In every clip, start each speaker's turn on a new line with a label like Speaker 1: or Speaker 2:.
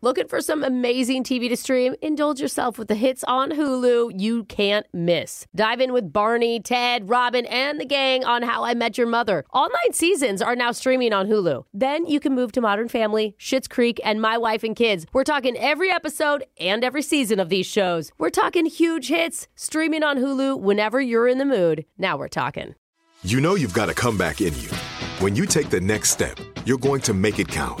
Speaker 1: Looking for some amazing TV to stream? Indulge yourself with the hits on Hulu you can't miss. Dive in with Barney, Ted, Robin, and the gang on How I Met Your Mother. All nine seasons are now streaming on Hulu. Then you can move to Modern Family, Schitt's Creek, and My Wife and Kids. We're talking every episode and every season of these shows. We're talking huge hits streaming on Hulu whenever you're in the mood. Now we're talking.
Speaker 2: You know you've got a comeback in you. When you take the next step, you're going to make it count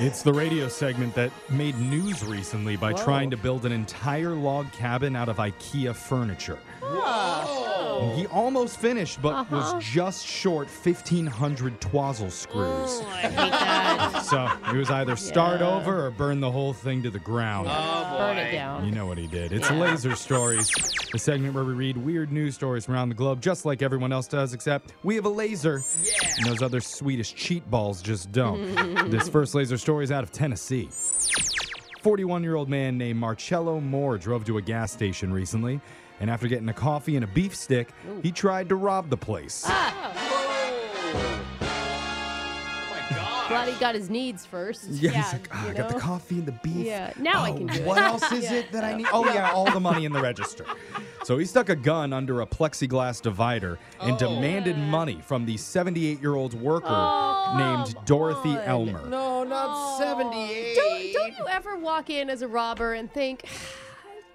Speaker 3: It's the radio segment that made news recently by trying to build an entire log cabin out of IKEA furniture. And He almost finished, but was just short 1,500 twazzle screws. so it was either start over or burn the whole thing to the ground.
Speaker 1: Burn it down.
Speaker 3: You know what he did. It's Laser Stories, the segment where we read weird news stories from around the globe, just like everyone else does, except we have a laser. And those other Swedish cheat balls just don't. this first laser story is out of Tennessee. 41 year old man named Marcello Moore drove to a gas station recently, and after getting a coffee and a beef stick, he tried to rob the place.
Speaker 1: Glad he got his needs first.
Speaker 3: Yeah, he's like, "Ah, I got the coffee and the beef.
Speaker 1: Yeah, now I
Speaker 3: Oh,
Speaker 1: can do it."
Speaker 3: What else is it that I need? Oh, yeah, all the money in the register. So he stuck a gun under a plexiglass divider and
Speaker 1: Oh.
Speaker 3: demanded money from the 78 year old worker
Speaker 1: Oh,
Speaker 3: named Dorothy Elmer.
Speaker 4: No, not 78.
Speaker 1: Don't, don't you ever walk in as a robber and think,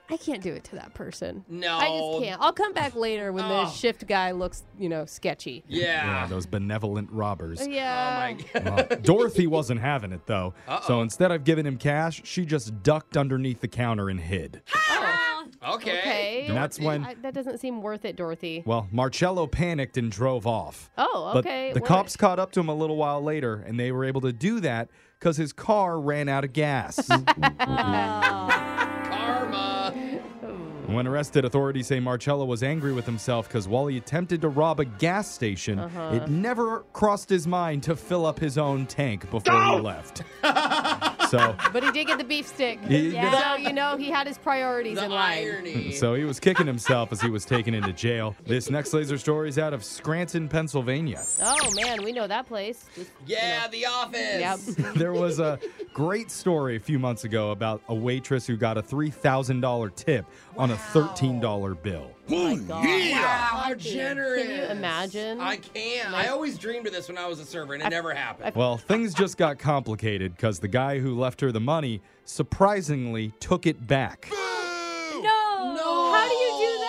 Speaker 1: I can't do it to that person.
Speaker 4: No.
Speaker 1: I just can't. I'll come back later when the
Speaker 4: Oh.
Speaker 1: shift guy looks, you know, sketchy.
Speaker 4: Yeah.
Speaker 3: Yeah, those benevolent robbers.
Speaker 1: Yeah.
Speaker 3: Well, Dorothy wasn't having it though. So instead of giving him cash, she just ducked underneath the counter and hid.
Speaker 4: okay.
Speaker 1: Okay.
Speaker 3: And that's when
Speaker 1: I, that doesn't seem worth it, Dorothy.
Speaker 3: Well, Marcello panicked and drove off.
Speaker 1: Oh, okay.
Speaker 3: But the
Speaker 1: what-
Speaker 3: cops caught up to him a little while later, and they were able to do that because his car ran out of gas.
Speaker 1: Oh.
Speaker 4: Karma.
Speaker 3: when arrested, authorities say Marcello was angry with himself because while he attempted to rob a gas station,
Speaker 1: Uh-huh.
Speaker 3: it never crossed his mind to fill up his own tank before he left. so,
Speaker 1: But he did get the beef stick.
Speaker 3: He-
Speaker 1: So,
Speaker 3: Yeah.
Speaker 1: you know, he had his priorities
Speaker 4: The
Speaker 1: in line.
Speaker 4: irony.
Speaker 3: so he was kicking himself as he was taken into jail. This next laser story is out of Scranton, Pennsylvania.
Speaker 1: Oh, man, we know that place. Just,
Speaker 4: Yeah, The Office.
Speaker 1: yep.
Speaker 3: there was a great story a few months ago about a waitress who got a $3,000 tip on a $13 bill.
Speaker 4: Wow, how generous.
Speaker 1: Can you imagine?
Speaker 4: I can. I always dreamed of this when I was a server, and it never happened.
Speaker 3: Well, things just got complicated because the guy who left her the money surprisingly took it back.
Speaker 1: No. How do you do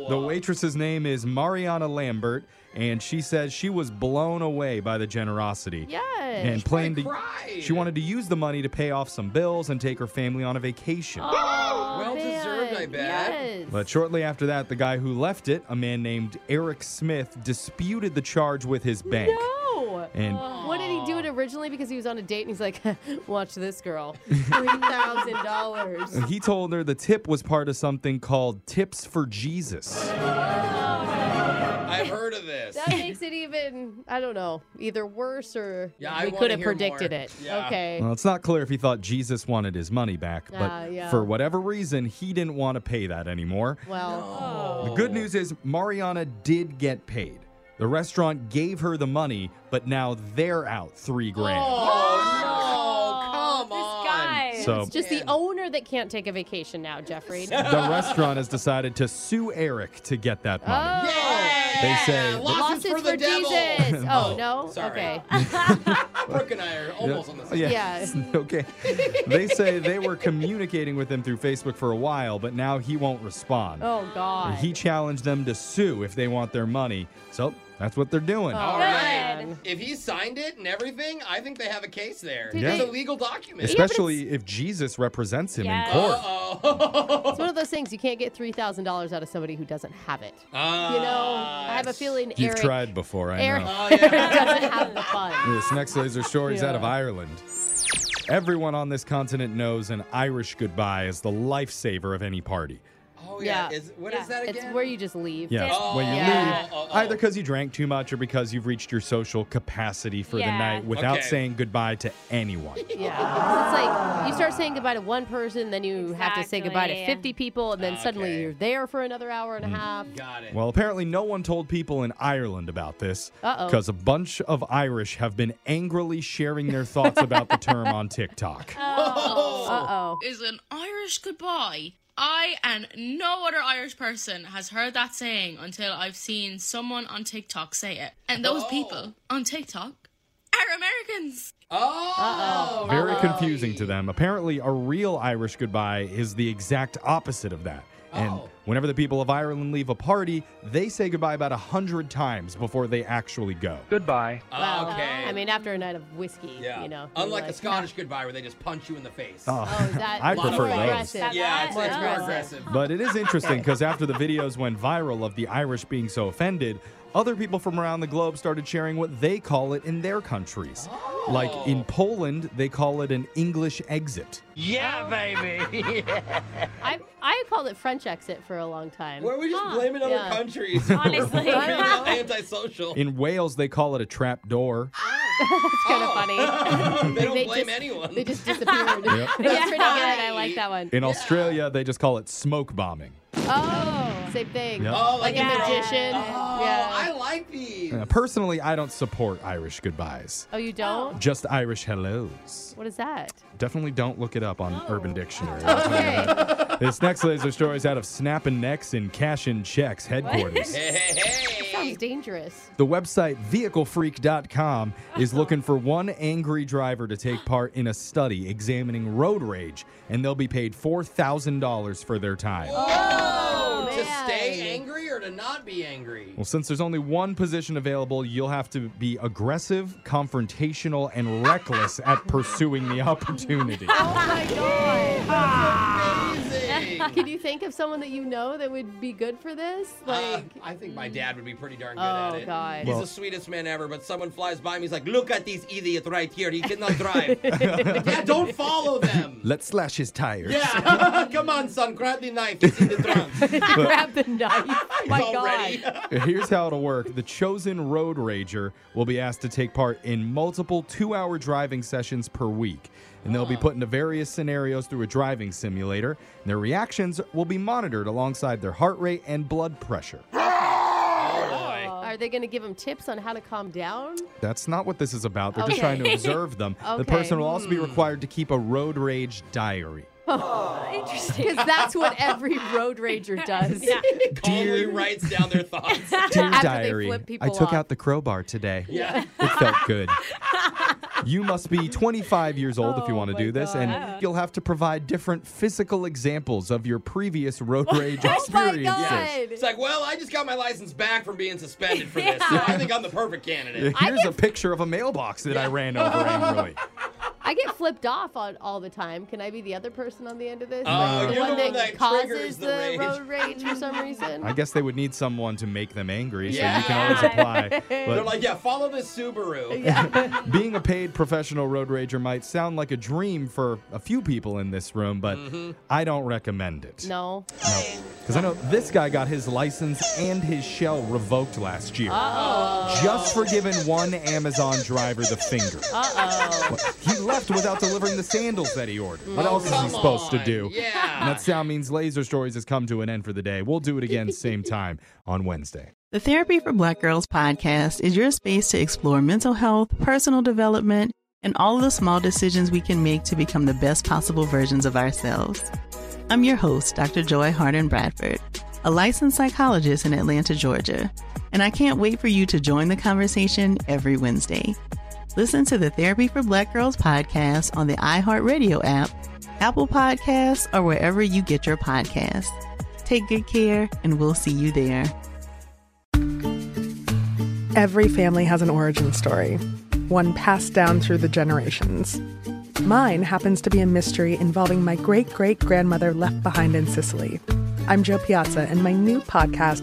Speaker 1: that?
Speaker 3: The waitress's name is Mariana Lambert, and she says she was blown away by the generosity.
Speaker 1: Yes.
Speaker 3: And planned to,
Speaker 4: cried.
Speaker 3: she wanted to use the money to pay off some bills and take her family on a vacation.
Speaker 1: Oh,
Speaker 4: Well deserved, I
Speaker 1: man.
Speaker 4: bet.
Speaker 1: Yes.
Speaker 3: But shortly after that, the guy who left it, a man named Eric Smith, disputed the charge with his bank.
Speaker 1: No.
Speaker 3: And
Speaker 1: What did he do it originally? Because he was on a date and he's like, watch this girl. $3,000.
Speaker 3: he told her the tip was part of something called Tips for Jesus.
Speaker 4: I've heard of this. this.
Speaker 1: That makes it even, I don't know, either worse or
Speaker 4: Yeah, I
Speaker 1: we
Speaker 4: wanna
Speaker 1: could have
Speaker 4: hear
Speaker 1: predicted
Speaker 4: more.
Speaker 1: it.
Speaker 4: Yeah.
Speaker 1: Okay.
Speaker 3: Well, it's not clear if he thought Jesus wanted his money back, but
Speaker 1: Ah, yeah.
Speaker 3: for whatever reason, he didn't want to pay that anymore.
Speaker 1: Well,
Speaker 3: The good news is Mariana did get paid. The restaurant gave her the money, but now they're out three grand.
Speaker 4: Oh, no. Come on.
Speaker 3: So
Speaker 1: it's just the owner that can't take a vacation now, Jeffrey.
Speaker 3: the restaurant has decided to sue Eric to get that
Speaker 1: Oh.
Speaker 3: money.
Speaker 4: Yeah.
Speaker 3: They say-
Speaker 4: losses, for, the devil.
Speaker 1: Jesus. Oh, no?
Speaker 4: sorry.
Speaker 1: Okay.
Speaker 4: Brooke and I are almost on the same.
Speaker 1: Yeah.
Speaker 3: okay. They say they were communicating with him through Facebook for a while, but now he won't respond.
Speaker 1: Oh, God.
Speaker 3: He challenged them to sue if they want their money. So that's what they're doing.
Speaker 4: All right.
Speaker 1: Good.
Speaker 4: If he signed it and everything, I think they have a case there.
Speaker 3: Dude,
Speaker 4: It's
Speaker 3: they-
Speaker 4: a legal document.
Speaker 3: Especially if Jesus represents him in
Speaker 5: Yes.
Speaker 3: court.
Speaker 4: Uh-oh.
Speaker 1: It's one of those things you can't get $3,000 out of somebody who doesn't have it.
Speaker 4: Ah,
Speaker 1: You know, I have a feeling
Speaker 3: You've
Speaker 1: Eric,
Speaker 3: tried before, I
Speaker 1: Eric-
Speaker 3: know.
Speaker 4: Oh, yeah.
Speaker 1: doesn't have the funds.
Speaker 3: This next laser story is out of Ireland. Everyone on this continent knows an Irish goodbye is the lifesaver of any party.
Speaker 4: Oh, yeah.
Speaker 1: Yeah.
Speaker 4: Is, what is that again?
Speaker 1: It's where you just leave.
Speaker 3: Yes,
Speaker 4: Oh,
Speaker 3: when you
Speaker 1: yeah.
Speaker 3: leave,
Speaker 4: Oh, oh, oh.
Speaker 3: either because you drank too much or because you've reached your social capacity for the
Speaker 5: Yeah.
Speaker 3: night without
Speaker 4: Okay.
Speaker 3: saying goodbye to anyone.
Speaker 1: Yeah. it's like you start saying goodbye to one person, then you have to say goodbye to
Speaker 5: Exactly.
Speaker 1: 50 people, and then suddenly
Speaker 4: Okay.
Speaker 1: you're there for another hour
Speaker 3: Mm-hmm.
Speaker 1: and a half.
Speaker 4: Got it.
Speaker 3: Well, apparently, no one told people in Ireland about this
Speaker 1: Uh-oh.
Speaker 3: because a bunch of Irish have been angrily sharing their thoughts about the term on TikTok.
Speaker 1: Uh oh.
Speaker 5: Is an Irish goodbye. I and no other Irish person has heard that saying until I've seen someone on TikTok say it. And those
Speaker 4: Oh.
Speaker 5: people on TikTok are Americans.
Speaker 4: oh.
Speaker 3: Very confusing to them. Apparently, a real Irish goodbye is the exact opposite of that. And
Speaker 4: Oh.
Speaker 3: whenever the people of Ireland leave a party, they say goodbye about a hundred times before they actually go.
Speaker 1: Wow.
Speaker 4: Okay.
Speaker 1: Uh, I mean, after a night of whiskey,
Speaker 4: yeah.
Speaker 1: you know. you're
Speaker 4: Unlike
Speaker 1: like,
Speaker 4: the Scottish goodbye where they just punch you in the face.
Speaker 1: Oh, is that
Speaker 3: I
Speaker 1: more
Speaker 3: prefer those.
Speaker 1: aggressive?
Speaker 4: yeah, it's,
Speaker 1: More
Speaker 4: it's more
Speaker 1: aggressive.
Speaker 4: aggressive.
Speaker 3: But it is interesting because after the videos went viral of the Irish being so offended, other people from around the globe started sharing what they call it in their countries. Like in
Speaker 4: Oh.
Speaker 3: Poland, they call it an English exit.
Speaker 1: I, I called it French exit for a long time.
Speaker 4: Where we just blaming other
Speaker 1: Yeah.
Speaker 4: countries.
Speaker 5: Honestly.
Speaker 4: We're being all antisocial.
Speaker 3: In Wales, they call it a trap door.
Speaker 1: It's kind of funny.
Speaker 4: Ah, they Oh. don't
Speaker 1: They
Speaker 4: blame
Speaker 1: just-
Speaker 4: anyone.
Speaker 1: They just disappeared. That's pretty good. I like that one.
Speaker 3: In Australia, they just call it smoke bombing.
Speaker 1: Oh, same thing.
Speaker 3: Yeah.
Speaker 4: oh,
Speaker 1: Like
Speaker 4: if
Speaker 1: a
Speaker 4: they're all-
Speaker 1: magician.
Speaker 4: Oh, I
Speaker 1: yeah.
Speaker 4: like these.
Speaker 3: Uh, Personally, I don't support Irish goodbyes,
Speaker 1: Oh, you don't?
Speaker 3: just Irish hellos.
Speaker 1: What is that?
Speaker 3: Definitely don't look it up on Urban Dictionary.
Speaker 1: Okay.
Speaker 3: this next laser story is out of Snappin' Necks and Cashin' Checks headquarters.
Speaker 4: Hey, hey, hey.
Speaker 1: Sounds dangerous.
Speaker 3: The website vehiclefreak.com is looking for one angry driver to take part in a study examining road rage, and they'll be paid $4,000 for their time.
Speaker 4: Oh, to
Speaker 1: man.
Speaker 4: stay angry or to not be angry?
Speaker 3: Well, since there's only one position available, you'll have to be aggressive, confrontational, and reckless at pursuing the opportunity.
Speaker 1: Oh my god.
Speaker 4: Amazing.
Speaker 1: Can you think of someone that you know that would be good for this?
Speaker 4: Uh,
Speaker 1: Like,
Speaker 4: I think my dad would be pretty darn good
Speaker 1: Oh,
Speaker 4: at it.
Speaker 1: God.
Speaker 4: He's
Speaker 3: Well-
Speaker 4: the sweetest man ever, but someone flies by him. He's like, look at these idiot right here. He cannot drive. yeah, don't follow them.
Speaker 3: Let's slash his tires.
Speaker 4: Yeah, come on, son. Grab the knife. It's in the trunk.
Speaker 1: grab the knife. my
Speaker 4: He's already.
Speaker 1: god.
Speaker 3: Here's how it'll work the chosen road rager will be asked to take part in multiple two hour driving sessions per week. And they'll
Speaker 1: Ah.
Speaker 3: be put into various scenarios through a driving simulator. And their reactions will be monitored alongside their heart rate and blood pressure.
Speaker 4: Oh,
Speaker 1: Are they going to give him tips on how to calm down?
Speaker 3: That's not what this is about. They're just
Speaker 1: Okay.
Speaker 3: trying to observe them. The
Speaker 1: Okay. Hmm.
Speaker 3: person will also be required to keep a road rage diary.
Speaker 1: Because that's what every road rager does.
Speaker 4: boy. Calmly writes down their thoughts.
Speaker 3: Dear
Speaker 1: After they
Speaker 3: diary,
Speaker 1: flip people
Speaker 3: I took
Speaker 1: off.
Speaker 3: out the crowbar today.
Speaker 4: Yeah.
Speaker 3: It felt good. You must be 25 years old
Speaker 4: Oh
Speaker 3: if you want to do this, and you'll have to provide different physical examples of your previous road
Speaker 4: Oh
Speaker 3: rage experiences.
Speaker 4: It's like, well, I just got my license back from being suspended for this, so I think I'm the perfect candidate.
Speaker 3: Here's a picture of a mailbox that I ran over angrily.
Speaker 1: I get flipped off on all the time. Can I be the other person on the end of this?
Speaker 3: Oh,
Speaker 1: the
Speaker 4: Uh,
Speaker 3: you're
Speaker 1: one
Speaker 3: the
Speaker 1: that,
Speaker 3: one that
Speaker 1: causes
Speaker 3: triggers
Speaker 1: the,
Speaker 3: the rage.
Speaker 1: road rage for some reason.
Speaker 3: I guess they would need someone to make them angry, so you can
Speaker 4: Yeah.
Speaker 3: always apply.
Speaker 4: They're
Speaker 3: But
Speaker 4: like, yeah, follow this Subaru.
Speaker 3: being a paid professional road rager might sound like a dream for a few people in this room, but
Speaker 4: Mm-hmm.
Speaker 3: I don't recommend it.
Speaker 1: No.
Speaker 3: Because I know this guy got his license and his shell revoked last year.
Speaker 1: Uh-oh.
Speaker 3: Just for giving one Amazon driver the finger.
Speaker 1: Uh oh.
Speaker 3: He left without delivering the sandals that he ordered. What
Speaker 1: Oh,
Speaker 3: else is he
Speaker 1: come
Speaker 3: supposed to
Speaker 1: on.
Speaker 3: do?
Speaker 1: Yeah.
Speaker 3: And that sound means Laser Stories has come to an end for the day. We'll do it again same time on Wednesday.
Speaker 6: The Therapy for Black Girls podcast is your space to explore mental health, personal development, and all of the small decisions we can make to become the best possible versions of ourselves. I'm your host, Dr. Joy Harden Bradford, a licensed psychologist in Atlanta, Georgia, and I can't wait for you to join the conversation every Wednesday. Listen to the Therapy for Black Girls podcast on the iHeartRadio app, Apple Podcasts, or wherever you get your podcasts. Take good care, and we'll see you there.
Speaker 7: Every family has an origin story, one passed down through the generations. Mine happens to be a mystery involving my great great grandmother left behind in Sicily. I'm Joe Piazza, and my new podcast